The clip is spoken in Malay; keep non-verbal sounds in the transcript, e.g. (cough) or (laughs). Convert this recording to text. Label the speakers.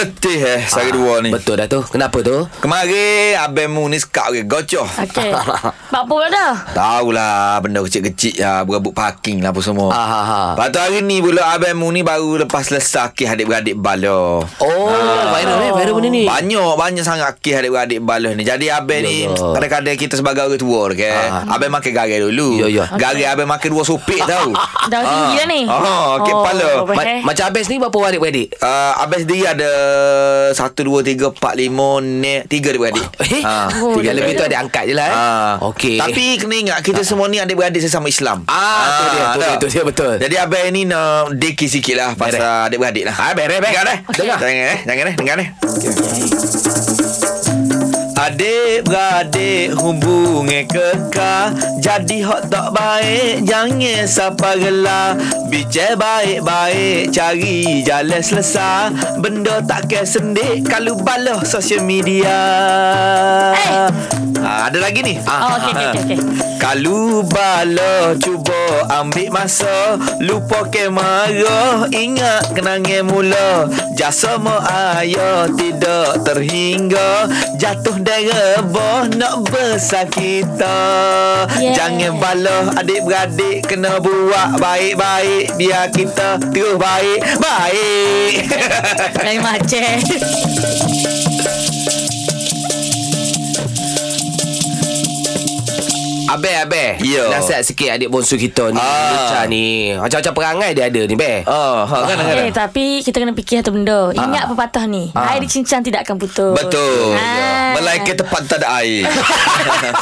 Speaker 1: letih eh sehari dua ni.
Speaker 2: Ah, Betul dah tu. Kenapa tu?
Speaker 1: Kemarin abangmu ni skak ke gocoh.
Speaker 3: Okey. Bab apa dah?
Speaker 1: (laughs) Tahulah benda kecil-kecil lah Berebut parking lah apa semua
Speaker 2: Ah, ah, ah.
Speaker 1: Lepas tu hari ni pula Abangmu ni baru lepas lesah Kih adik-beradik bala
Speaker 2: Oh,
Speaker 1: Ah.
Speaker 2: viral eh. Viral benda ni.
Speaker 1: Banyak Banyak sangat kih adik-beradik bala ni Jadi abang ni
Speaker 2: Ya, ya.
Speaker 1: Kadang-kadang kita sebagai orang tua okay?
Speaker 2: Ah.
Speaker 1: Abang makan garai dulu
Speaker 2: Ya, ya.
Speaker 1: Garai abang makan dua sopik
Speaker 2: (laughs)
Speaker 1: tau
Speaker 3: Dah tinggi dah ni. eh?
Speaker 1: Oh, okey, pala.
Speaker 2: Ma-
Speaker 3: boleh.
Speaker 2: Macam Abes ni berapa adik-beradik?
Speaker 1: Uh, abang sendiri ada Satu, dua, tiga, empat, lima ne, Tiga adik-beradik
Speaker 2: Eh,
Speaker 1: Ah,
Speaker 3: Oh,
Speaker 1: tiga
Speaker 2: yang lebih tu
Speaker 1: adik-beradik.
Speaker 2: adik angkat je lah eh.
Speaker 1: Ah.
Speaker 2: Okey.
Speaker 1: Tapi kena ingat Kita semua ni adik-beradik Sesama Islam
Speaker 2: Ah, tu dia, tu dia,
Speaker 1: tak?
Speaker 2: tu dia, betul.
Speaker 1: Jadi abang ni nak Deki sikit lah Pasal adik-beradik lah Ah, Beres beres Dengar eh Dengar Jangan eh Jangan eh Dengar eh Adik-beradik hubungi kekal Jadi hot tak baik Jangan sapa gelar Bicara baik-baik Cari jalan selesa Benda tak kira sendik Kalau baloh sosial media
Speaker 3: Eh.
Speaker 1: ah, Ada lagi ni
Speaker 3: Oh, okey, okey, okey, okey.
Speaker 1: kalau bala cuba ambil masa Lupa ke marah Ingat kenangan mula Jasa mo ayah tidak terhingga Jatuh dereboh nak besar kita
Speaker 3: Yeah.
Speaker 1: yeah. Jangan bala adik-beradik Kena buat baik-baik Biar kita terus baik-baik
Speaker 3: Lain macam.
Speaker 2: Abel, Abel.
Speaker 1: Yo.
Speaker 2: Nasihat sikit adik bonsu kita ni.
Speaker 1: Ah.
Speaker 2: Lucah ni. Macam-macam perangai dia ada ni, Bel.
Speaker 1: Oh, ha, kan,
Speaker 3: Eh, tapi kita kena fikir satu benda. Ingat pepatah ni. Air di cincang tidak akan putus.
Speaker 1: Betul
Speaker 3: Ah.
Speaker 1: Melainkan tempat tak ada air